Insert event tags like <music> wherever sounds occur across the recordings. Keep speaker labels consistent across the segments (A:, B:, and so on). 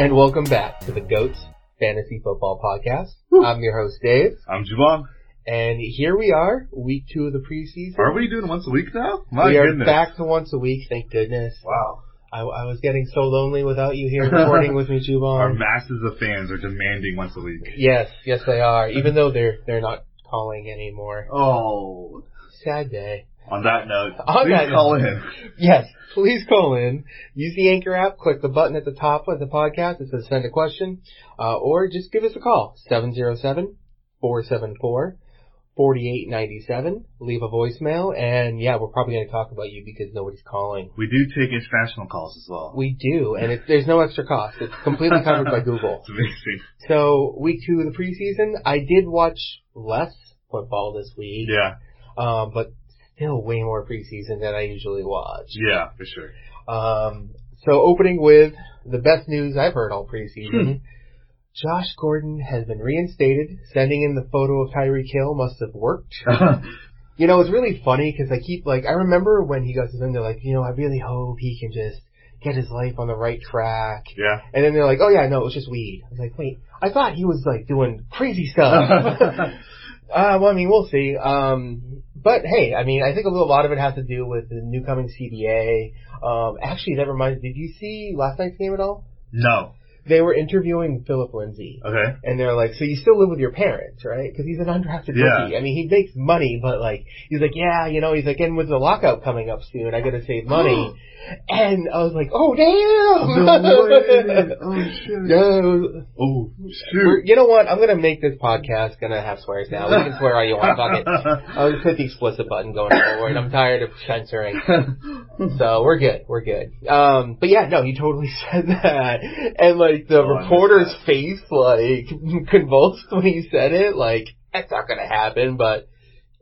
A: And welcome back to the GOATS Fantasy Football Podcast. I'm your host, Dave.
B: I'm Javon.
A: And here we are, week two of the preseason.
B: Are we doing once a week now? Oh My
A: we are
B: goodness.
A: back to once a week, thank goodness.
B: Wow.
A: I, I was getting so lonely without you
B: <laughs>
A: here recording with me,
B: Our
A: Jubon.
B: masses of fans are demanding once a week.
A: yes, yes they are, even though they're, they're not calling anymore.
B: Oh.
A: Sad day.
B: On that note,
A: On
B: please
A: that
B: call in.
A: Yes, please call in. Use the Anchor app, click the button at the top of the podcast that says send a question, uh, or just give us a call, 707-474-4897. Leave a voicemail, and yeah, we're probably going to talk about you because nobody's calling.
B: We do take international calls as well.
A: We do, and it, there's no extra cost. It's completely covered by Google.
B: <laughs> It's amazing.
A: So, week two of the preseason, I did watch less football this week,
B: Yeah,
A: um, but still way more preseason than I usually watch.
B: yeah, for sure. <laughs>
A: Um, so opening with the best news I've heard all preseason. Josh Gordon has been reinstated. Sending in the photo of Tyreek Hill must have worked. You know, it's really funny because I keep like I remember when he got suspended, like you know, I really hope he can just get his life on the right track.
B: yeah.
A: And then they're like, oh yeah, no, it was just weed. I was like, wait, I thought he was like doing crazy
B: <laughs>
A: stuff. Uh, well, I mean, we'll see. Um, but hey, I mean, I think a little lot of it has to do with the new coming CBA. Um, actually, that reminds. Did you see last night's game at all?
B: no.
A: They were interviewing Philip Lindsay, <laughs>
B: Okay.
A: and they're like, "So you still live with your parents, right? Because he's an undrafted
B: Yeah.
A: rookie. I mean, he makes money, but like, he's like, yeah, you know, he's like, and with the lockout coming up soon, I gotta save
B: <gasps>
A: money." and I was like, "Oh
B: <laughs>
A: damn!" <laughs>
B: Oh, shit.
A: Yeah, it was-
B: Oh,
A: we're-
B: shoot.
A: you know what? I'm gonna make this podcast gonna have swears now. We can swear all you want. Fuck
B: <laughs>
A: it. I'll just hit the explicit button going forward. I'm tired of censoring. <laughs> So we're good. We're good. Um, but yeah, no, you totally <laughs> said that. And like the
B: Oh, I missed
A: reporter's
B: that.
A: face like <laughs> convulsed when he said it. Like that's not gonna happen, but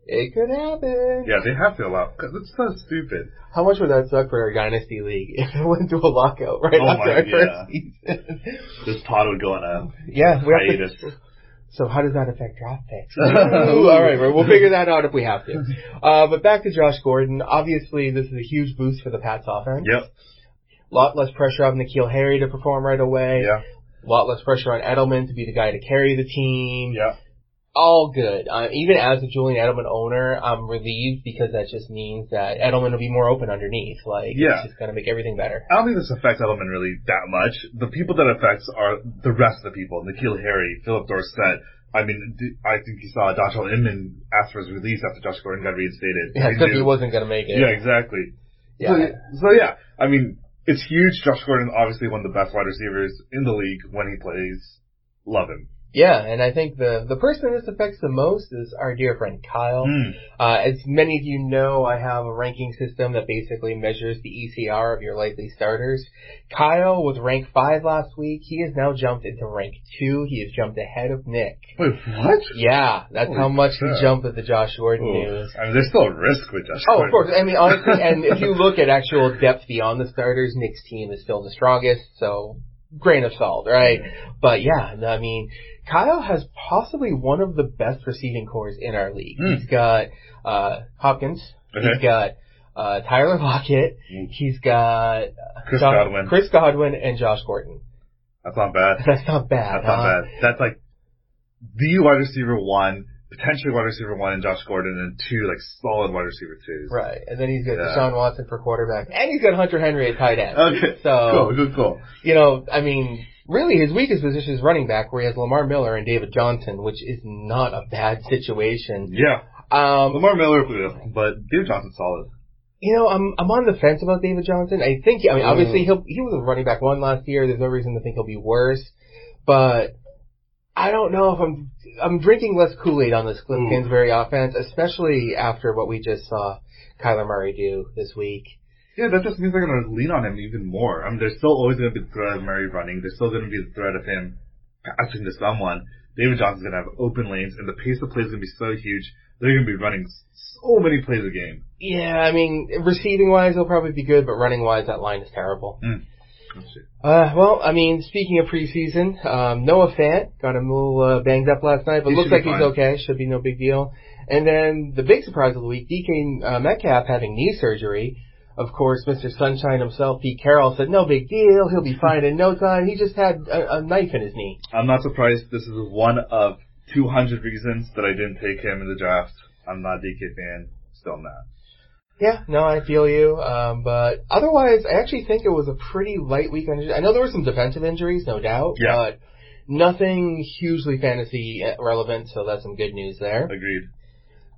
A: it could happen.
B: yeah, they have to allow. 'cause It's so stupid.
A: How much would that suck for a dynasty league <laughs> if it went to a lockout right
B: Oh
A: after
B: my-
A: our
B: yeah.
A: first season? <laughs>
B: This pod would go on a
A: yeah, we have to
B: hiatus.
A: <laughs> So how does that affect draft
B: <laughs>
A: picks? Ooh, all right, we'll figure that out if we have <laughs> to. Uh, but back to Josh Gordon. Obviously, this is a huge boost for the Pats offense.
B: Yep.
A: lot less pressure on Nikhil Harry to perform right away.
B: Yeah.
A: A lot less pressure on Edelman to be the guy to carry the team.
B: Yeah.
A: All good. Uh, even as a Julian Edelman owner, I'm relieved because that just means that Edelman will be more open underneath. Like,
B: Yeah.
A: it's just going to make everything better.
B: I don't think this affects Edelman really that much. The people that affects are the rest of the people. Nikhil Harry, Philip Dorsett. I mean, d- I think you saw Joshua Inman ask for his release after Josh Gordon got reinstated.
A: Yeah,
B: He
A: except he
B: knew-
A: wasn't going to make it.
B: yeah, exactly.
A: Yeah.
B: So, so yeah, I mean, it's huge. Josh Gordon, obviously one of the best wide receivers in the league when he plays. Love him.
A: Yeah, and I think the, the person this affects the most is our dear friend Kyle.
B: Hmm.
A: Uh, as many of you know, I have a ranking system that basically measures the ECR of your likely starters. Kyle was ranked five last week. He has now jumped into rank two. He has jumped ahead of Nick.
B: Wait, what?
A: Yeah, that's how
B: Holy
A: much
B: crap.
A: he jumped with the Josh Gordon
B: Ooh.
A: news.
B: I mean, there's still a risk with Josh
A: Oh,
B: Gordon.
A: of course. I mean, honestly, and if you look at actual depth beyond the starters, Nick's team is still the strongest, so grain of salt, right? But yeah, I mean, Kyle has possibly one of the best receiving cores in our league.
B: Hmm.
A: He's got, uh, Hopkins. He's
B: Okay.
A: got, uh, Tyler Lockett.
B: Hmm.
A: He's got
B: Chris
A: Josh-
B: Godwin.
A: Chris Godwin and Josh Gordon. <laughs>
B: That's not bad.
A: That's not bad.
B: That's not
A: huh?
B: bad. That's like the wide receiver one, potentially wide receiver one in Josh Gordon, and two like solid wide receiver twos.
A: Right. And then he's got
B: Yeah.
A: Deshaun Watson for quarterback. And he's got Hunter Henry at tight end.
B: Okay.
A: So,
B: Cool. Good call.
A: you know, I mean, really his weakest position is running back where he has Lamar Miller and David Johnson, which is not a bad situation.
B: Yeah.
A: Um,
B: Lamar Miller, but David Johnson's solid.
A: you know, I'm, I'm on the fence about David Johnson. I think, I mean,
B: Mm.
A: obviously he'll, he was a running back one last year. There's no reason to think he'll be worse, but I don't know if I'm, I'm drinking less Kool-Aid on this Cliff
B: Ooh.
A: Kingsbury offense, especially after what we just saw Kyler Murray do this week.
B: Yeah, that just means they're going to lean on him even more. I mean, there's still always going to be the threat of Murray running. There's still going to be the threat of him passing to someone. David Johnson's going to have open lanes, and the pace of play is going to be so huge. They're going to be running so many plays a game.
A: Yeah, I mean, receiving wise, he'll probably be good, but running wise, that line is terrible.
B: Let's see.
A: Uh, well, I mean, speaking of preseason, um, Noah Fant got him a little uh, banged up last night, but
B: He
A: looks
B: should be
A: like he's
B: fine.
A: okay. Should be no big deal. And then the big surprise of the week, DK uh, Metcalf having knee surgery. Of course, Mr. Sunshine himself, Pete Carroll, said, no big deal, he'll be fine in no time, he just had a, a knife in his knee.
B: I'm not surprised this is one of 200 reasons that I didn't take him in the draft. I'm not a DK fan, still not.
A: Yeah, no, I feel you. Um, but otherwise, I actually think it was a pretty light weekend. I know there were some defensive injuries, no doubt,
B: Yeah.
A: but nothing hugely fantasy uh, relevant, so that's some good news there.
B: Agreed.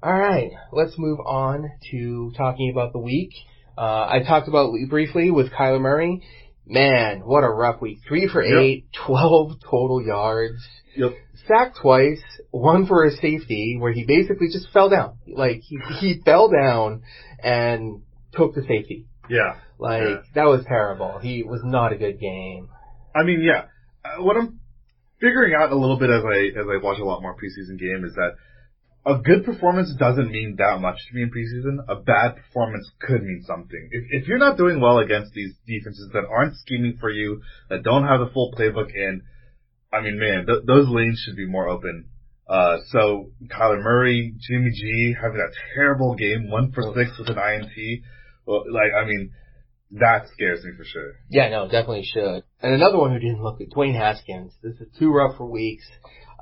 A: All right, let's move on to talking about the week. Uh, I talked about it briefly with Kyler Murray. Man, what a rough week. Three for
B: Yep.
A: eight, <laughs> twelve total yards.
B: Yep.
A: Sacked twice, one for a safety where he basically just fell down. Like, he, he fell down and took the safety.
B: Yeah.
A: Like,
B: Yeah.
A: that was terrible. He was not a good game.
B: I mean, yeah. Uh, what I'm figuring out a little bit as I as I watch a lot more preseason game is that a good performance doesn't mean that much to me in preseason. A bad performance could mean something. If, if you're not doing well against these defenses that aren't scheming for you, that don't have the full playbook in, I mean, man, th- those lanes should be more open. Uh, so Kyler Murray, Jimmy G having that terrible game, one for six with an INT. Well, like, I mean, that scares me for sure.
A: Yeah, no, definitely should. And another one who didn't look at Dwayne Haskins. This is too rough for weeks.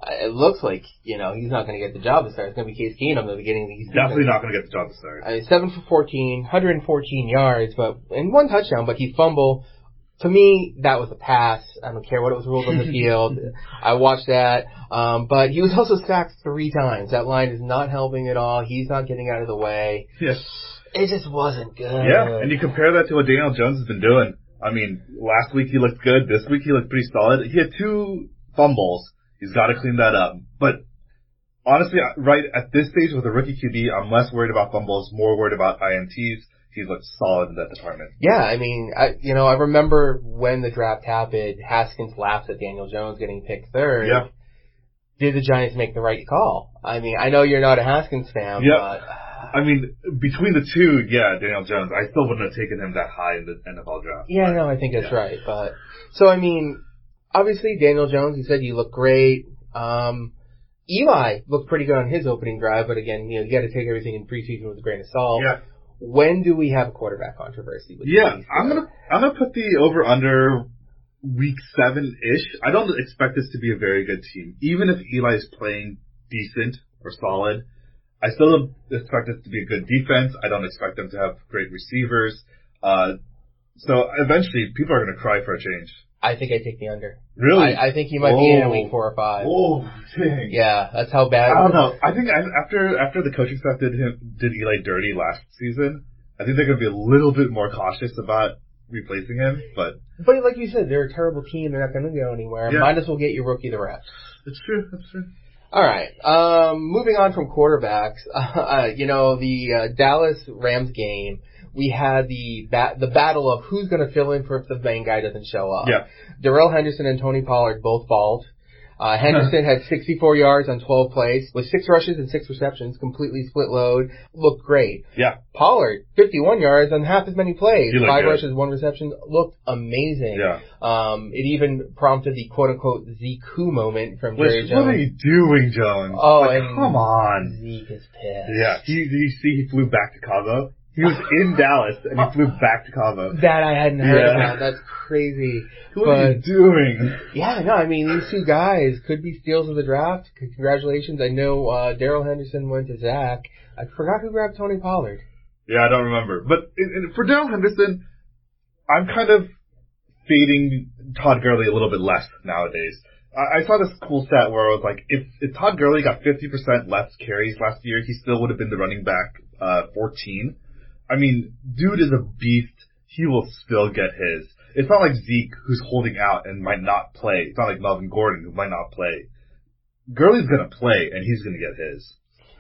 A: Uh, It looks like you know he's not going to get the job this year. It's going to be Case Keenum at the beginning of the season.
B: Definitely not going to get the job this year.
A: Uh, seven for 14, 114 yards, but and one touchdown, but he fumble. To me, that was a pass. I don't care what it was ruled
B: <laughs>
A: on the field. I watched that. Um, but he was also sacked three times. That line is not helping at all. He's not getting out of the way.
B: Yes.
A: It just wasn't good.
B: Yeah, and you compare that to what Daniel Jones has been doing. I mean, last week he looked good. This week he looked pretty solid. He had two fumbles. He's got to clean that up. But honestly, I- right at this stage with a rookie QB, I'm less worried about fumbles, more worried about INTs. He looked solid in that department.
A: Yeah, I mean, I, you know, I remember when the draft happened, Haskins laughed at Daniel Jones getting picked third.
B: Yeah.
A: Did the Giants make the right call? I mean, I know you're not a Haskins fan,
B: Yeah.
A: but
B: I mean, between the two, yeah, Daniel Jones. I still wouldn't have taken him that high in the NFL draft.
A: yeah,
B: But
A: no, I think that's
B: Yeah.
A: right. But so, I mean, obviously Daniel Jones, he said you look great. Um, Eli looked pretty good on his opening drive, but again, you know, you got to take everything in preseason with a grain of salt.
B: Yeah.
A: When do we have a quarterback controversy? With
B: Yeah,
A: these,
B: I'm
A: uh,
B: gonna I'm gonna put the over under week seven ish. I don't expect this to be a very good team, even if Eli is playing decent or solid. I still don't expect this to be a good defense. I don't expect them to have great receivers. Uh, so eventually, people are gonna cry for a change.
A: I think I take the under.
B: Really?
A: I, I think he might be in
B: Oh.
A: at week four or five.
B: oh, dang.
A: Yeah, that's how bad.
B: I don't know. I think I- after after the coaching staff did him did Eli dirty last season, I think they're gonna be a little bit more cautious about replacing him. But
A: But like you said, they're a terrible team. They're not going to go anywhere.
B: Yeah.
A: Might as well get your rookie the reps.
B: it's true. That's true.
A: All right. Um, moving on from quarterbacks, <laughs> uh, you know the uh, Dallas Rams game. We had the ba- the battle of who's going to fill in for if the main guy doesn't show up.
B: Yeah.
A: Darrell Henderson and Tony Pollard both balled.
B: <laughs>
A: Uh, Henderson had 64 yards on 12 plays with six rushes and six receptions, completely split load. Looked great.
B: Yeah.
A: Pollard, 51 yards on half as many plays,
B: He looked
A: five
B: good.
A: rushes, one reception. Looked amazing.
B: Yeah.
A: Um, it even prompted the quote unquote Zeke who moment from
B: Which,
A: Jerry
B: what are
A: Jones.
B: you doing, Jones?
A: Oh,
B: Like,
A: and-
B: come on.
A: Zeke is pissed.
B: Yeah. He, did you see he flew back to Cabo? He was
A: <laughs>
B: in Dallas and he flew back to Cabo.
A: That I hadn't heard
B: Yeah.
A: about. That's crazy.
B: What are you
A: But-
B: doing?
A: Yeah, no, I mean these two guys could be steals of the draft. C- Congratulations. I know uh Daryl Henderson went to Zach. I forgot who grabbed Tony Pollard.
B: Yeah, I don't remember. But in, in, for Daryl Henderson, I'm kind of fading Todd Gurley a little bit less nowadays. I, I saw this cool stat where I was like, if, if Todd Gurley got 50% less carries last year, he still would have been the running back uh, 14. I mean, dude is a beast. He will still get his. It's not like Zeke who's holding out and might not play. It's not like Melvin Gordon who might not play. Gurley's gonna play and he's gonna get his.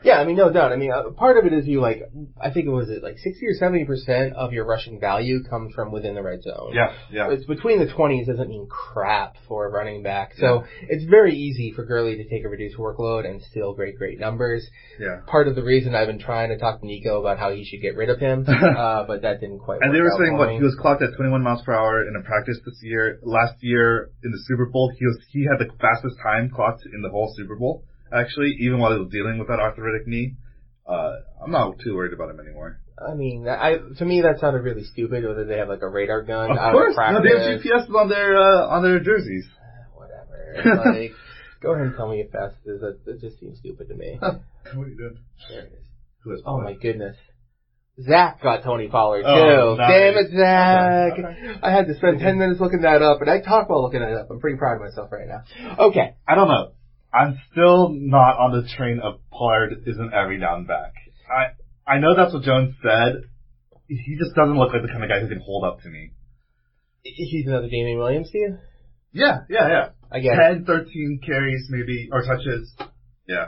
A: Yeah, I mean, no doubt. I mean, uh, part of it is you like, I think it was it like 60 or 70% of your rushing value comes from within the red zone.
B: Yeah, yeah.
A: It's between the 20s doesn't mean crap for a running back. So it's very easy for Gurley to take a reduced workload and still great, great numbers.
B: Yeah.
A: Part of the reason I've been trying to talk to Nico about how he should get rid of him,
B: <laughs>
A: uh, but that didn't quite
B: And
A: work
B: they were
A: out
B: saying
A: for
B: what
A: me.
B: he was clocked at 21 miles per hour in a practice this year. Last year in the Super Bowl, he was he had the fastest time clocked in the whole Super Bowl. Actually, even while he was dealing with that arthritic knee, uh, I'm not too worried about him anymore.
A: I mean, I to me that sounded really stupid. Whether they have like a radar gun,
B: Of
A: out
B: course, no,
A: practice,
B: they have GPS on their uh, on their jerseys.
A: whatever. Like, go ahead and tell me if fast is. That, that just seems stupid to
B: <laughs>
A: me.
B: What are you doing?
A: There it is.
B: Who is
A: Oh my goodness. Zach got Tony Pollard too.
B: Oh, nice.
A: Damn it, Zach!
B: Okay,
A: I had to spend ten minutes looking that up, and I talk while looking it up. I'm pretty proud of myself right now. Okay,
B: I don't know. I'm still not on the train of Pollard isn't every down back. I I know that's what Jones said. He just doesn't look like the kind of guy who can hold up to me.
A: he's another Damian Williams to you.
B: Yeah, yeah, yeah.
A: I guess.
B: Ten, thirteen 10, 13 carries maybe, or touches. Yeah.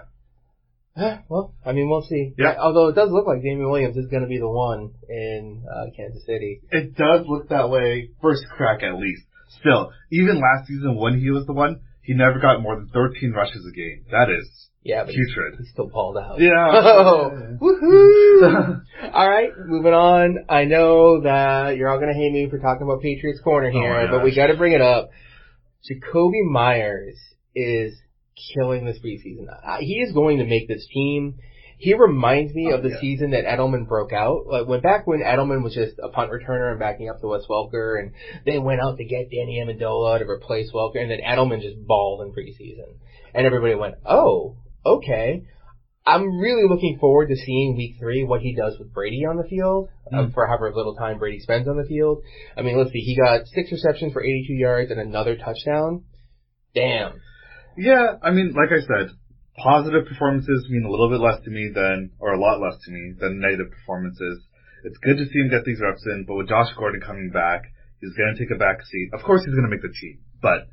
A: Huh, well, I mean, we'll see.
B: Yeah.
A: Although it does look like Damian Williams is going to be the one in uh, Kansas City.
B: It does look that way, first crack at least. Still, even last season when he was the one, he never got more than 13 rushes a game. That is
A: Yeah, but he's,
B: putrid.
A: he's still balled out.
B: Yeah.
A: <laughs> Oh, woohoo! <laughs> All right, moving on. I know that you're all going to hate me for talking about Patriots corner
B: Oh
A: here,
B: my
A: but we
B: gosh.
A: got to bring it up. Jacoby Myers is killing this preseason. Uh, He is going to make this team. He reminds me
B: Oh,
A: of the
B: yeah.
A: season that Edelman broke out. Like when back when Edelman was just a punt returner and backing up to Wes Welker, and they went out to get Danny Amendola to replace Welker, and then Edelman just balled in preseason, and everybody went, "Oh, okay." I'm really looking forward to seeing Week Three what he does with Brady on the field uh,
B: Mm.
A: for however little time Brady spends on the field. I mean, let's see, he got six receptions for 82 yards and another touchdown. Damn.
B: Yeah, I mean, like I said, positive performances mean a little bit less to me than, or a lot less to me than negative performances. It's good to see him get these reps in, but with Josh Gordon coming back, he's going to take a back seat. Of course, he's going to make the team, but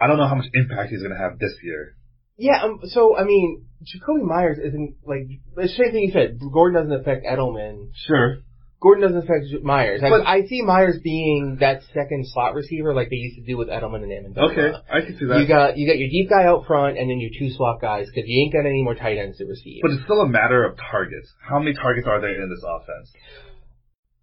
B: I don't know how much impact he's going to have this year.
A: Yeah, um, so I mean, Jacoby Myers isn't like the same thing you said. Gordon doesn't affect Edelman.
B: Sure.
A: Gordon doesn't affect J- Myers. Like,
B: But-
A: I see Myers being that second slot receiver like they used to do with Edelman and Amendola.
B: Okay, I can see that.
A: You got you got your deep guy out front and then your two slot guys because you ain't got any more tight ends to receive.
B: But it's still a matter of targets. How many targets are there in this offense?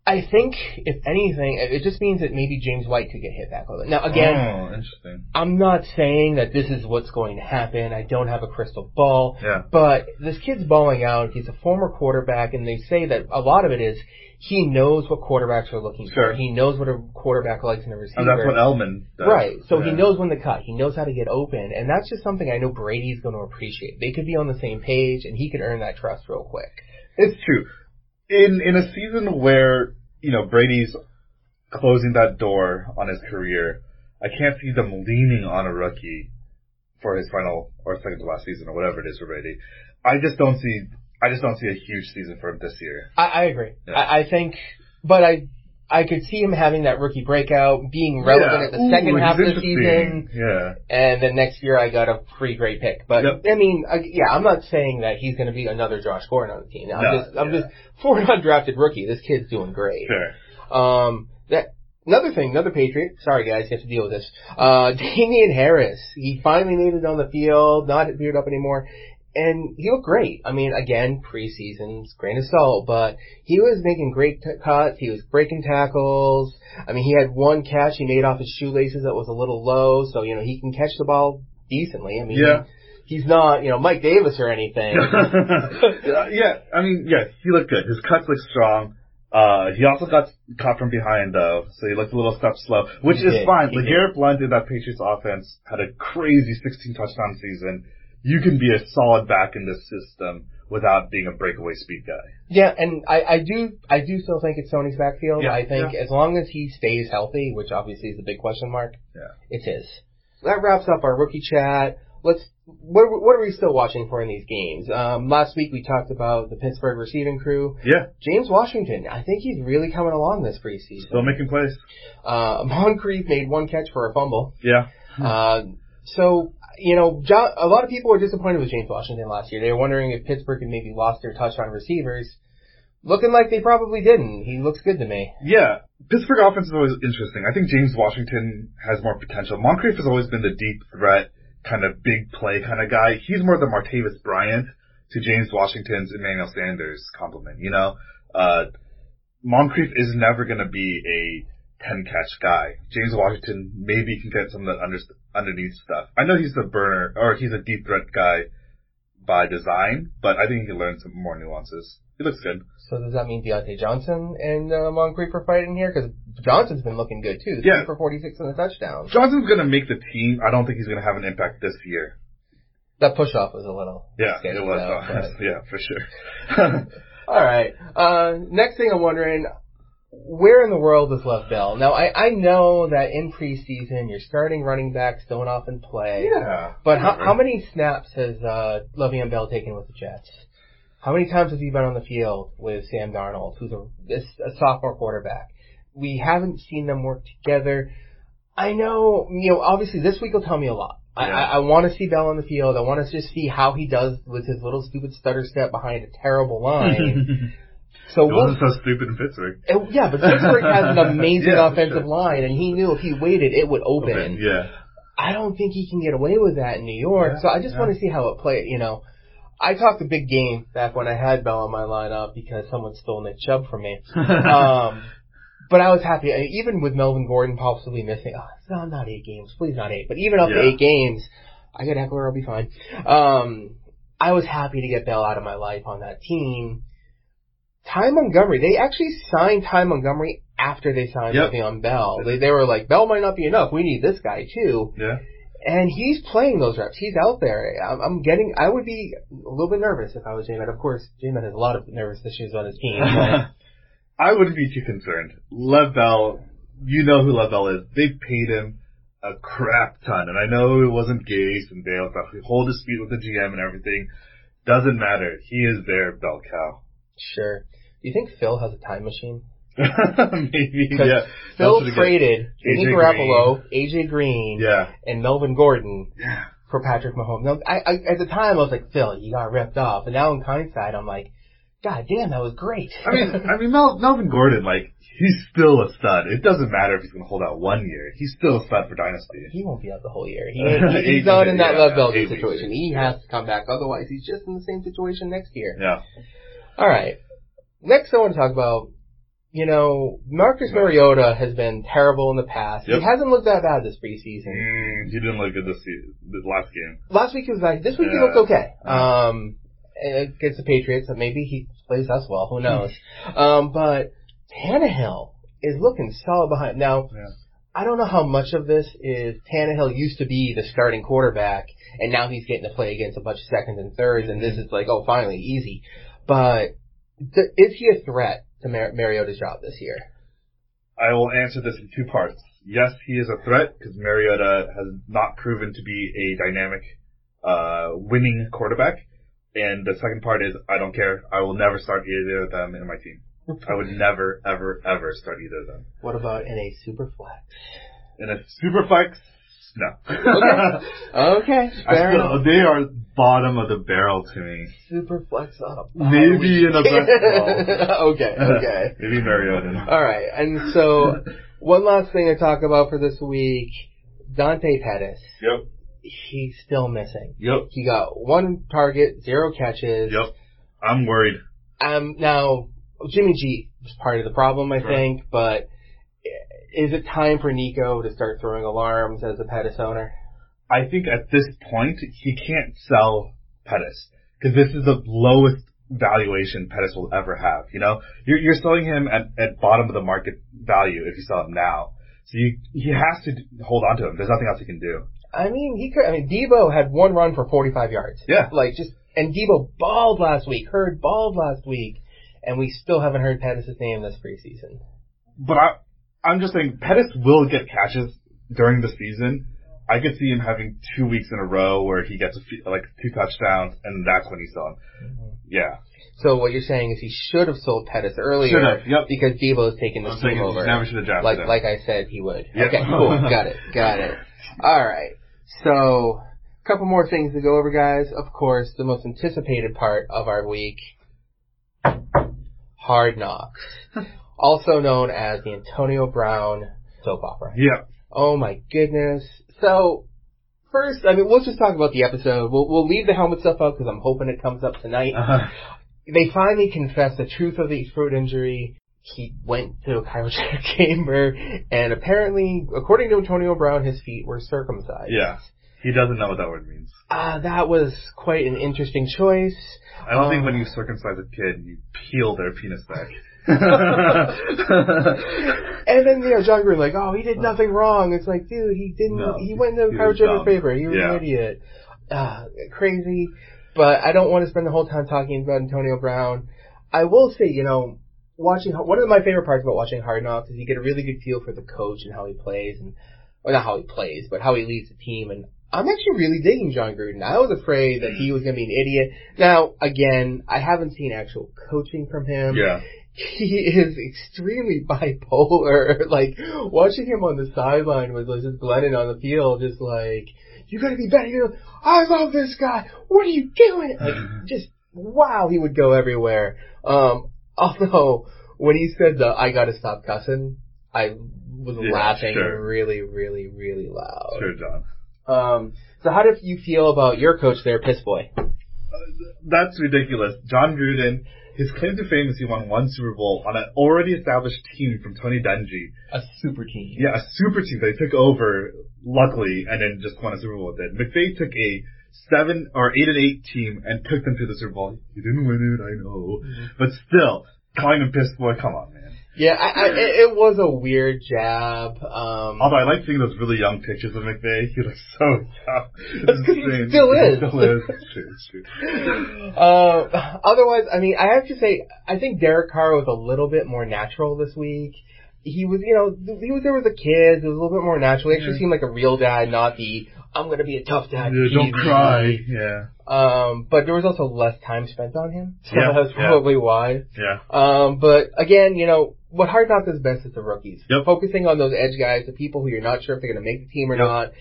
A: I think if anything, it it just means that maybe James White could get hit back a little bit. Now again,
B: Oh, interesting.
A: I'm not saying that this is what's going to happen. I don't have a crystal ball.
B: Yeah.
A: But this kid's balling out. He's a former quarterback, and they say that a lot of it is he knows what quarterbacks are looking for.
B: Sure.
A: He knows what a quarterback likes in a receiver.
B: And that's what Elman does.
A: Right. So he
B: Yeah.
A: knows when to cut. He knows how to get open, and that's just something I know Brady's going to appreciate. They could be on the same page, and he could earn that trust real quick.
B: It's true. In in a season where you know Brady's closing that door on his career, I can't see them leaning on a rookie for his final or second to last season or whatever it is for Brady. I just don't see. I just don't see a huge season for him this year.
A: I, I agree.
B: Yeah.
A: I, I think, but I I could see him having that rookie breakout, being relevant
B: Yeah.
A: at the
B: Ooh,
A: second
B: he's
A: half of the season,
B: interesting. Yeah.
A: and then next year I got a pretty great pick. But
B: Yep.
A: I mean, I, yeah, I'm not saying that he's going to be another Josh Gordon on the team. I'm
B: No,
A: just I'm
B: yeah.
A: just for an <laughs> undrafted rookie, this kid's doing great.
B: Sure.
A: Um, that another thing, another Patriot. Sorry guys, you have to deal with this. Uh, <laughs> Damian Harris, he finally made it on the field, not beard up anymore, and he looked great. I mean, again, preseason's grain of salt, but he was making great t- cuts. He was breaking tackles. I mean, he had one catch he made off his shoelaces that was a little low, so you know he can catch the ball decently. I mean,
B: Yeah.
A: he's not you know Mike Davis or
B: <laughs>
A: anything.
B: yeah, <laughs> I mean, yeah, he looked good. His cuts looked strong. Uh, he also got caught from behind though, so he looked a little step slow, which
A: He
B: is
A: did,
B: fine.
A: he did.
B: LeGarrette Blunt in that Patriots offense had a crazy 16 touchdown season. You can be a solid back in this system without being a breakaway speed guy.
A: Yeah, and I, I do I do still think it's Sony's backfield.
B: Yeah,
A: I think as long as he stays healthy, which obviously is the big question mark,
B: Yeah.
A: it's his. That wraps up our rookie chat. Let's what are we- what are we still watching for in these games? Um, last week we talked about the Pittsburgh receiving crew.
B: Yeah,
A: James Washington, I think he's really coming along this
B: still
A: preseason.
B: making plays.
A: Uh, Moncrief made one catch for a fumble.
B: Yeah.
A: Uh, so, you know, jo- a lot of people were disappointed with James Washington last year. They were wondering if Pittsburgh had maybe lost their touchdown receivers. Looking like they probably didn't. He looks good to me.
B: Yeah, Pittsburgh offense is always interesting. I think James Washington has more potential. Moncrief has always been the deep threat, kind of big play kind of guy. He's more the Martavis Bryant to James Washington's Emmanuel Sanders compliment, you know? Uh, Moncrief is never going to be a 10 catch guy. James Washington maybe can get some of that under, underneath stuff. I know he's a burner, or he's a deep threat guy by design, but I think he can learn some more nuances. He looks good.
A: So does that mean Deontay Johnson and uh, Moncrief are fighting here? Because Johnson's been looking good too.
B: Yeah.
A: Three for 46 and a touchdown.
B: Johnson's gonna make the team. I don't think he's gonna have an impact this year.
A: That push off was a little.
B: Yeah,
A: sketchy,
B: it was.
A: though,
B: <laughs> uh,
A: but-
B: yeah, for sure.
A: All right. Uh, next thing I'm wondering, where in the world is Love Bell? Now I I know that in preseason you're starting running backs don't often play.
B: yeah.
A: But how,
B: Whatever.
A: how many snaps has uh, Le'Veon Bell taken with the Jets? How many times has he been on the field with Sam Darnold, who's a, a sophomore quarterback? We haven't seen them work together. I know, you know, obviously this week will tell me a lot. I,
B: Yeah.
A: I, I want to see Bell on the field. I want to just see how he does with his little stupid stutter step behind a terrible
B: <laughs>
A: line. so
B: It
A: we'll,
B: wasn't so stupid in Pittsburgh.
A: uh, yeah, but Pittsburgh has an amazing
B: <laughs> Yeah,
A: offensive
B: sure.
A: line, and he knew if he waited, it would open.
B: Yeah. <laughs>
A: I don't think he can get away with that in New York.
B: Yeah,
A: so I just
B: yeah.
A: want to see how it play. You know, I talked a big game back when I had Bell on my lineup because someone stole Nick Chubb from
B: <laughs>
A: me.
B: Uh,
A: Um, but I was happy, I- even with Melvin Gordon possibly missing. Oh, it's not, not eight games, please not eight. But even up to
B: Yeah.
A: eight games, I got Eckler, I'll be fine. Um, I was happy to get Bell out of my life on that team. Ty Montgomery, they actually signed Ty Montgomery after they signed
B: Yep.
A: Le'Veon Bell. They, they were like, Bell might not be enough. We need this guy too.
B: <laughs> yeah.
A: And he's playing those reps. He's out there. I'm, I'm getting. I would be a little bit nervous if I was J-Man. Of course, J-Man has a lot of nervous issues on his
B: <laughs>
A: team. but-
B: I wouldn't be too concerned. Lev Bell, you know who Lev Bell is. They paid him a crap ton, and I know it wasn't Gase and Bale, but the whole dispute with the GM and everything doesn't matter. He is their bell cow. <laughs>
A: sure. Do you think Phil has a time machine?
B: Maybe,
A: 'Cause
B: yeah.
A: Phil
B: That's what it
A: traded
B: AJ
A: Jimmy Garoppolo, AJ Green,
B: is. Yeah.
A: and Melvin Gordon
B: Yeah.
A: for Patrick Mahomes. Now, I, I, at the time, I was like, Phil, you got ripped off. And now in hindsight, I'm like, God damn, that was great.
B: I mean,
A: <laughs>
B: I mean, Mel, Melvin Gordon, like, he's still a stud. It doesn't matter if he's gonna hold out one year. He's still a stud for Dynasty.
A: He won't be out the whole year.
B: <laughs>
A: He ain't, he- he's not in that
B: Yeah,
A: Love Bell
B: eight weeks.
A: situation. He has to come back. Otherwise, he's just in the same situation next year.
B: Yeah.
A: All right. Next, I want to talk about, you know, Marcus Mariota has been terrible in the past.
B: Yep.
A: He hasn't looked that bad this preseason.
B: Mm, he didn't look good this, season, this last game.
A: Last week he was like, this week he
B: Yeah.
A: looked okay. Um, against the Patriots, so maybe he plays us well. Who knows? <laughs> um, but Tannehill is looking solid behind. Now,
B: Yeah.
A: I don't know how much of this is Tannehill used to be the starting quarterback, and now he's getting to play against a bunch of seconds and thirds, and this is like, oh, finally, easy. But th- is he a threat to Mar- Mariota's job this year?
B: I will answer this in two parts. Yes, he is a threat because Mariota has not proven to be a dynamic, uh, winning quarterback. And the second part is I don't care. I will never start either of them in my team. I would never, ever, ever start either of them.
A: What about in a super
B: <laughs>
A: flex?
B: In a super flex, no. <laughs>
A: Okay. Okay,
B: I
A: fair
B: still,
A: enough.
B: they are bottom of the barrel to me.
A: Super flex on a
B: Maybe in a <laughs> best
A: best <laughs> Okay, Oh, <laughs> okay.
B: Maybe Mariota.
A: All right, and so one last thing to talk about for this week, Dante Pettis.
B: Yep.
A: He's still missing.
B: Yep.
A: He got one target, zero catches.
B: Yep. I'm worried.
A: Um, now Jimmy G was part of the problem, I
B: Right.
A: think, but is it time for Nico to start throwing alarms as a Pettis owner?
B: I think at this point he can't sell Pettis because this is the lowest valuation Pettis will ever have. You know, you're you're selling him at at bottom of the market value if you sell him now. So you, he has to d- hold on to him. There's nothing else he can do.
A: I mean, he could. I mean, Debo had one run for 45 yards.
B: Yeah.
A: like just and Debo balled last week. Heard balled last week, and we still haven't heard Pettis' name this preseason.
B: But I I'm just saying Pettis will get catches during the season. I could see him having two weeks in a row where he gets a few, like two touchdowns, and that's when you sell him. Yeah,
A: So what you're saying is he should have sold Pettis earlier
B: should have. Yep.
A: because Debo is taking this
B: I'm
A: team
B: thinking
A: over.
B: never should have drafted
A: like
B: him.
A: like I said he would.
B: Yeah.
A: Okay, cool. Got it. Got
B: <laughs>
A: it. All right. So, a couple more things to go over, guys. Of course, the most anticipated part of our week, Hard
B: <laughs>
A: Knocks, also known as the Antonio Brown soap opera.
B: yeah,
A: <laughs> Oh my goodness. So, first, I mean, we'll just talk about the episode. We'll, we'll leave the helmet stuff up because I'm hoping it comes up tonight
B: Uh-huh.
A: they finally confessed the truth of the throat injury. He went to a <laughs> chiropractic chamber, and apparently, according to Antonio Brown, his feet were circumcised.
B: yeah. He doesn't know what that word means.
A: Ah, that was quite an interesting choice.
B: I don't think
A: Um,
B: when you circumcise a kid, you peel their penis back.
A: <laughs> And then, you know, John Green, like, oh, he did nothing wrong. It's like, dude, he didn't,
B: No,
A: he went into
B: he
A: Power
B: was
A: Trip
B: dumb.
A: favor. He was
B: Yeah.
A: an idiot. Uh, crazy. But I don't want to spend the whole time talking about Antonio Brown. I will say, you know, watching, one of my favorite parts about watching Hard Knocks is you get a really good feel for the coach and how he plays and, or not how he plays, but how he leads the team. And I'm actually really digging John Gruden. I was afraid that
B: Mm.
A: he was going to be an idiot. Now, again, I haven't seen actual coaching from him
B: yeah.
A: he is extremely bipolar. <laughs> like watching him on the sideline was like just Glennon on the field, just like you gotta be better. You know, I love this guy. What are you doing?
B: <laughs>
A: Like just wow, he would go everywhere. Um, although when he said the "I gotta stop cussing," I was
B: Yeah,
A: laughing
B: sure.
A: really, really, really loud.
B: Sure, John.
A: Um, so how do you feel about your coach there, Piss Boy?
B: That's ridiculous. John Gruden, his claim to fame is he won one Super Bowl on an already established team from Tony Dungy.
A: A super team.
B: Yeah, a super team that he took over, luckily, and then just won a Super Bowl with it. McVay took a seven or eight and eight team and took them to the Super Bowl. He didn't win it, I know,
A: Mm-hmm.
B: but still, calling him piss boy, come on, man.
A: Yeah, I, I, it, it was a weird jab. Um,
B: Although I like seeing those really young pictures of McVay. He looks so young.
A: That's 'cause <laughs> he still is.
B: He still is. It's true, it's
A: <laughs>
B: true.
A: Uh, otherwise, I mean, I have to say, I think Derek Carr was a little bit more natural this week. He was, you know, he was there with the kids. It was a little bit more natural. He actually
B: Yeah.
A: seemed like a real dad, not the "I'm gonna be a tough dad."
B: Yeah,
A: please
B: don't
A: me."
B: cry. Yeah,
A: Um, but there was also less time spent on him, so
B: Yeah,
A: that's
B: yeah.
A: probably why.
B: yeah.
A: Um, but again, you know, what Hard Knocks is best is the rookies.
B: Yep.
A: Focusing on those edge guys, the people who you're not sure if they're gonna make the team or
B: Yep.
A: not.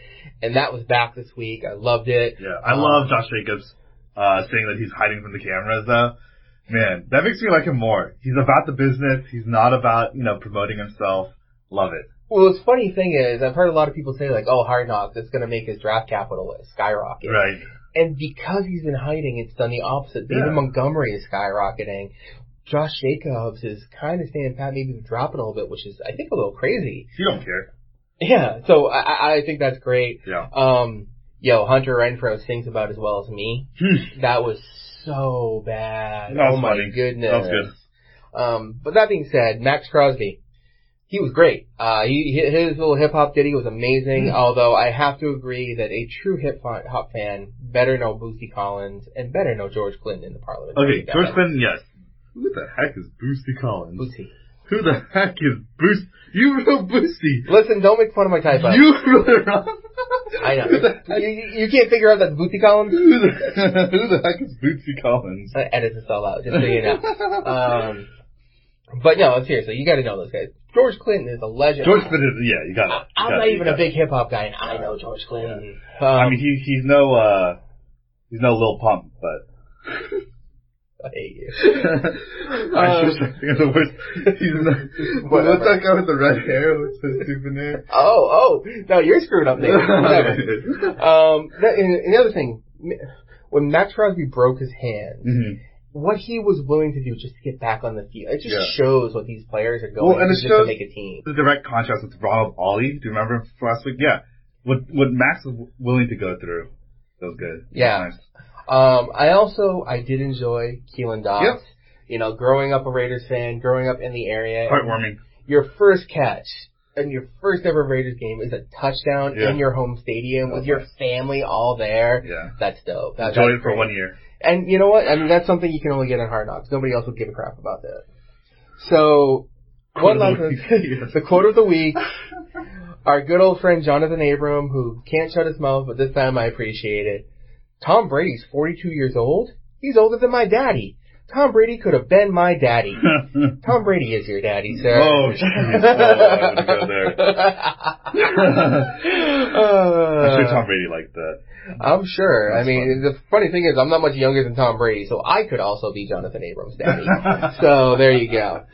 A: And that was back this week. I loved it.
B: Yeah, I
A: Um,
B: love Josh Jacobs uh, saying that he's hiding from the cameras, though. Man, that makes me like him more. He's about the business. He's not about you know promoting himself. Love it.
A: Well, the funny thing is, I've heard a lot of people say like, "Oh, Hard Knocks, it's going to make his draft capital skyrocket."
B: Right.
A: And because he's been hiding, it's done the opposite.
B: Yeah.
A: David Montgomery is skyrocketing. Josh Jacobs is kind of staying pat, maybe dropping a little bit, which is I think a little crazy.
B: You don't care.
A: <laughs> Yeah, so I, I- I think that's great.
B: Yeah.
A: Um, yo, Hunter Renfro sings about as well as me. That was so bad.
B: That was
A: oh my
B: funny.
A: goodness.
B: That was good.
A: Um, but that being said, Max Crosby, he was great. Uh, he, his little hip hop ditty was amazing,
B: Mm-hmm.
A: although I have to agree that a true hip hop fan better know Boosie Collins and better know George Clinton in the parliament.
B: Okay,
A: That
B: George
A: guy.
B: Clinton. Yes. Who the heck is Boosty Collins?
A: Boosie.
B: Who the heck is Boost? You wrote Boosty.
A: Listen, don't make fun of my
B: <laughs>
A: typo.
B: You wrote it wrong.
A: I know.
B: Who the
A: You,
B: heck,
A: you, you can't figure out that Boosie Collins?
B: who the, who the heck is Bootsy Collins?
A: I edit this all out, just so you
B: <laughs>
A: know. Um, but no, seriously, you gotta know those guys. George Clinton is a legend.
B: George Clinton. Yeah, you got it. You
A: I'm
B: got
A: not
B: it, you
A: even
B: got
A: a
B: it.
A: big hip hop guy, and I know George Clinton.
B: I
A: Um,
B: mean, he, he's no, uh, he's no Lil Pump, <laughs> but.
A: I hate you.
B: I was thinking of the worst. He's no,
A: Whatever.
B: Um, what's that guy with the red hair? What's the stupid hair?
A: Oh, oh, no, you're screwed up
B: <laughs>
A: there. Whatever.
B: mm-hmm.
A: um, that, and another thing, m- when Max Crosby broke his hand,
B: Mm-hmm.
A: what he was willing to do just to get back on the field, it just
B: Yeah.
A: shows what these players are going
B: Well, and
A: through
B: it
A: just to
B: shows-
A: make a team.
B: The direct contrast with Ronald Ollie. Do you remember him from last week? Yeah. What what Max was willing to go through. That was good.
A: Yeah.
B: Nice.
A: Um, I also, I did enjoy Keelan Doss.
B: Yep.
A: You know, growing up a Raiders fan, growing up in the area,
B: Heartwarming.
A: your first catch in your first ever Raiders game is a touchdown
B: Yeah.
A: in your home stadium with
B: Okay.
A: your family all there.
B: Yeah.
A: That's dope. That,
B: Enjoyed
A: that's
B: it for
A: great.
B: one <laughs> year.
A: And you know what? I mean, that's something you can only get on Hard Knocks. Nobody else would give a crap about that. So, one
B: Quote of
A: last
B: the week. <laughs> Yes.
A: the quote of the week. Our good old friend Jonathan Abram, who can't shut his mouth, but this time I appreciate it. Tom Brady's 42 years old. He's older than my daddy. Tom Brady could have been my daddy. Tom Brady is your daddy, sir. <laughs>
B: <laughs> Oh, jeez. Oh, I wouldn't go <laughs> there. I'm sure
A: Uh,
B: Tom Brady liked that.
A: I'm sure. I
B: That's
A: mean, the funny thing is, I'm not much younger than Tom Brady, so I could also be Jonathan Abrams'
B: <laughs>
A: daddy. so there you go.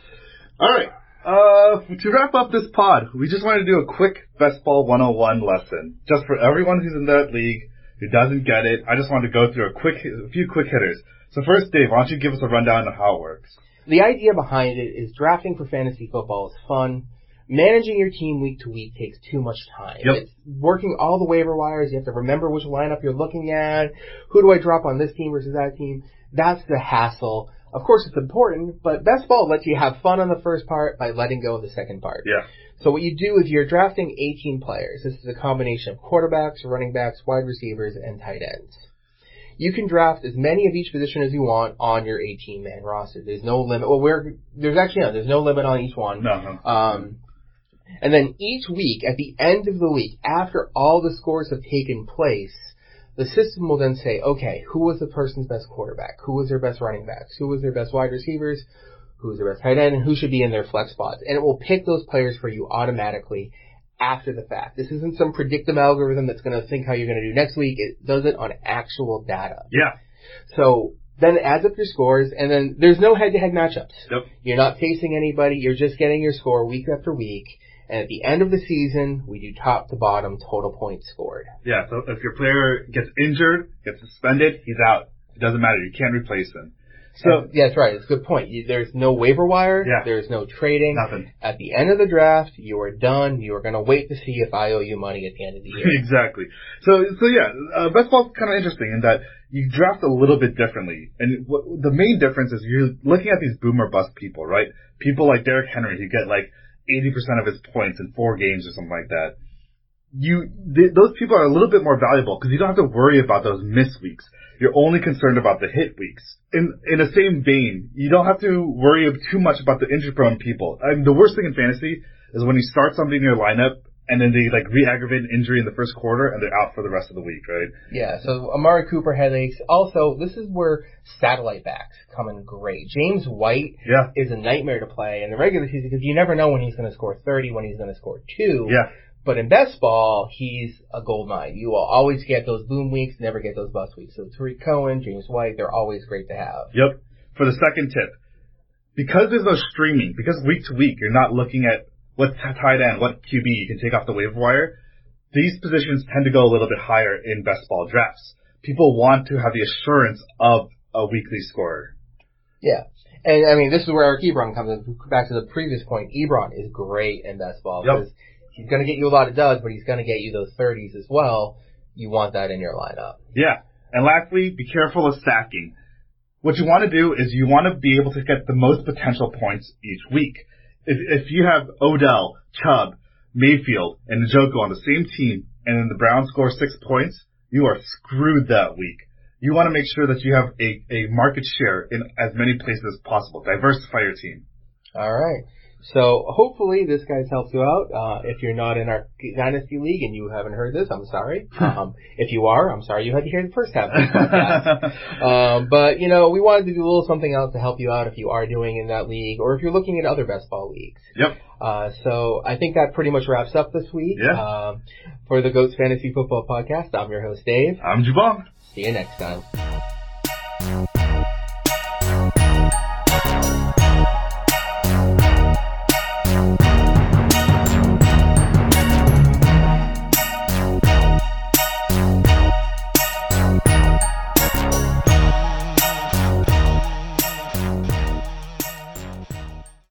B: All right. Uh, to wrap up this pod, we just want to do a quick best ball 101 lesson. Just for everyone who's in that league who doesn't get it, I just wanted to go through a quick, a few quick hitters. So first, Dave, why don't you give us a rundown of how it works?
A: The idea behind it is drafting for fantasy football is fun. managing your team week to week takes too much time.
B: Yep.
A: It's working all the waiver wires. You have to remember which lineup you're looking at. Who do I drop on this team versus that team? That's the hassle. Of course, it's important, but best ball lets you have fun on the first part by letting go of the second part.
B: Yeah.
A: So what you do is you're drafting 18 players. This is a combination of quarterbacks, running backs, wide receivers, and tight ends. You can draft as many of each position as you want on your 18 man roster. There's no limit. Well, we're, there's actually no, there's no limit on each one.
B: No, no.
A: Um, and then each week, at the end of the week, after all the scores have taken place, the system will then say, okay, who was the person's best quarterback? Who was their best running backs? Who was their best wide receivers? Who's their best tight end? And who should be in their flex spots? And it will pick those players for you automatically after the fact. This isn't some predictive algorithm that's going to think how you're going to do next week. It does it on actual data.
B: Yeah.
A: So then it adds up your scores, and then there's no head-to-head matchups.
B: Yep.
A: You're not facing anybody. You're just getting your score week after week. And at the end of the season, we do top to bottom total points scored.
B: Yeah. So if your player gets injured, gets suspended, he's out. It doesn't matter. You can't replace him. So
A: And- yeah, that's right. It's a good point. You, there's no waiver wire.
B: Yeah.
A: There's no trading.
B: nothing.
A: At the end of the draft, you are done. You are going to wait to see if I owe you money at the end of the year.
B: <laughs> exactly. So so yeah, uh, best ball's kind of interesting in that you draft a little bit differently, and what, the main difference is you're looking at these boomer bust people, right? People like Derrick Henry who get like 80% of his points in four games or something like that. You th- those people are a little bit more valuable because you don't have to worry about those miss weeks. You're only concerned about the hit weeks. In in the same vein, you don't have to worry ab- too much about the injury prone people. And the worst thing in fantasy is when you start somebody in your lineup and then they like re-aggravate an injury in the first quarter and they're out for the rest of the week, right?
A: <laughs> yeah, so Amari Cooper headaches. Also, this is where satellite backs come in great. James White
B: Yeah.
A: is a nightmare to play in the regular season because you never know when he's going to score 30, when he's going to score 2.
B: Yeah.
A: But in best ball, he's a gold mine. You will always get those boom weeks, never get those bust weeks. So Tariq Cohen, James White, they're always great to have.
B: Yep. For the second tip, because there's no streaming, because week to week you're not looking at what t- tight end, what QB you can take off the waiver wire, these positions tend to go a little bit higher in best ball drafts. People want to have the assurance of a weekly scorer.
A: Yeah. And I mean, this is where Eric Ebron comes in. Back to the previous point, Ebron is great in best ball
B: Yep.
A: because he's going to get you a lot of duds, but he's going to get you those 30s as well. You want that in your lineup.
B: Yeah. And lastly, be careful of stacking. What you want to do is you want to be able to get the most potential points each week. If, if you have Odell, Chubb, Mayfield, and Njoku on the same team, and then the Browns score six points, you are screwed that week. You want to make sure that you have a, a market share in as many places as possible. Diversify your team. <laughs>
A: All right. So hopefully this guy's helped you out. Uh, if you're not in our dynasty league and you haven't heard this, I'm sorry. Um, if you are, I'm sorry you had to hear the first half of
B: <laughs>
A: the podcast. Um, but you know, we wanted to do a little something else to help you out if you are doing in that league, or if you're looking at other best ball leagues.
B: Yep.
A: Uh, so I think that pretty much wraps up this week. Uh,
B: Yeah.
A: Um, for the Goats Fantasy Football Podcast, I'm your host Dave.
B: I'm Jubal.
A: See you next time.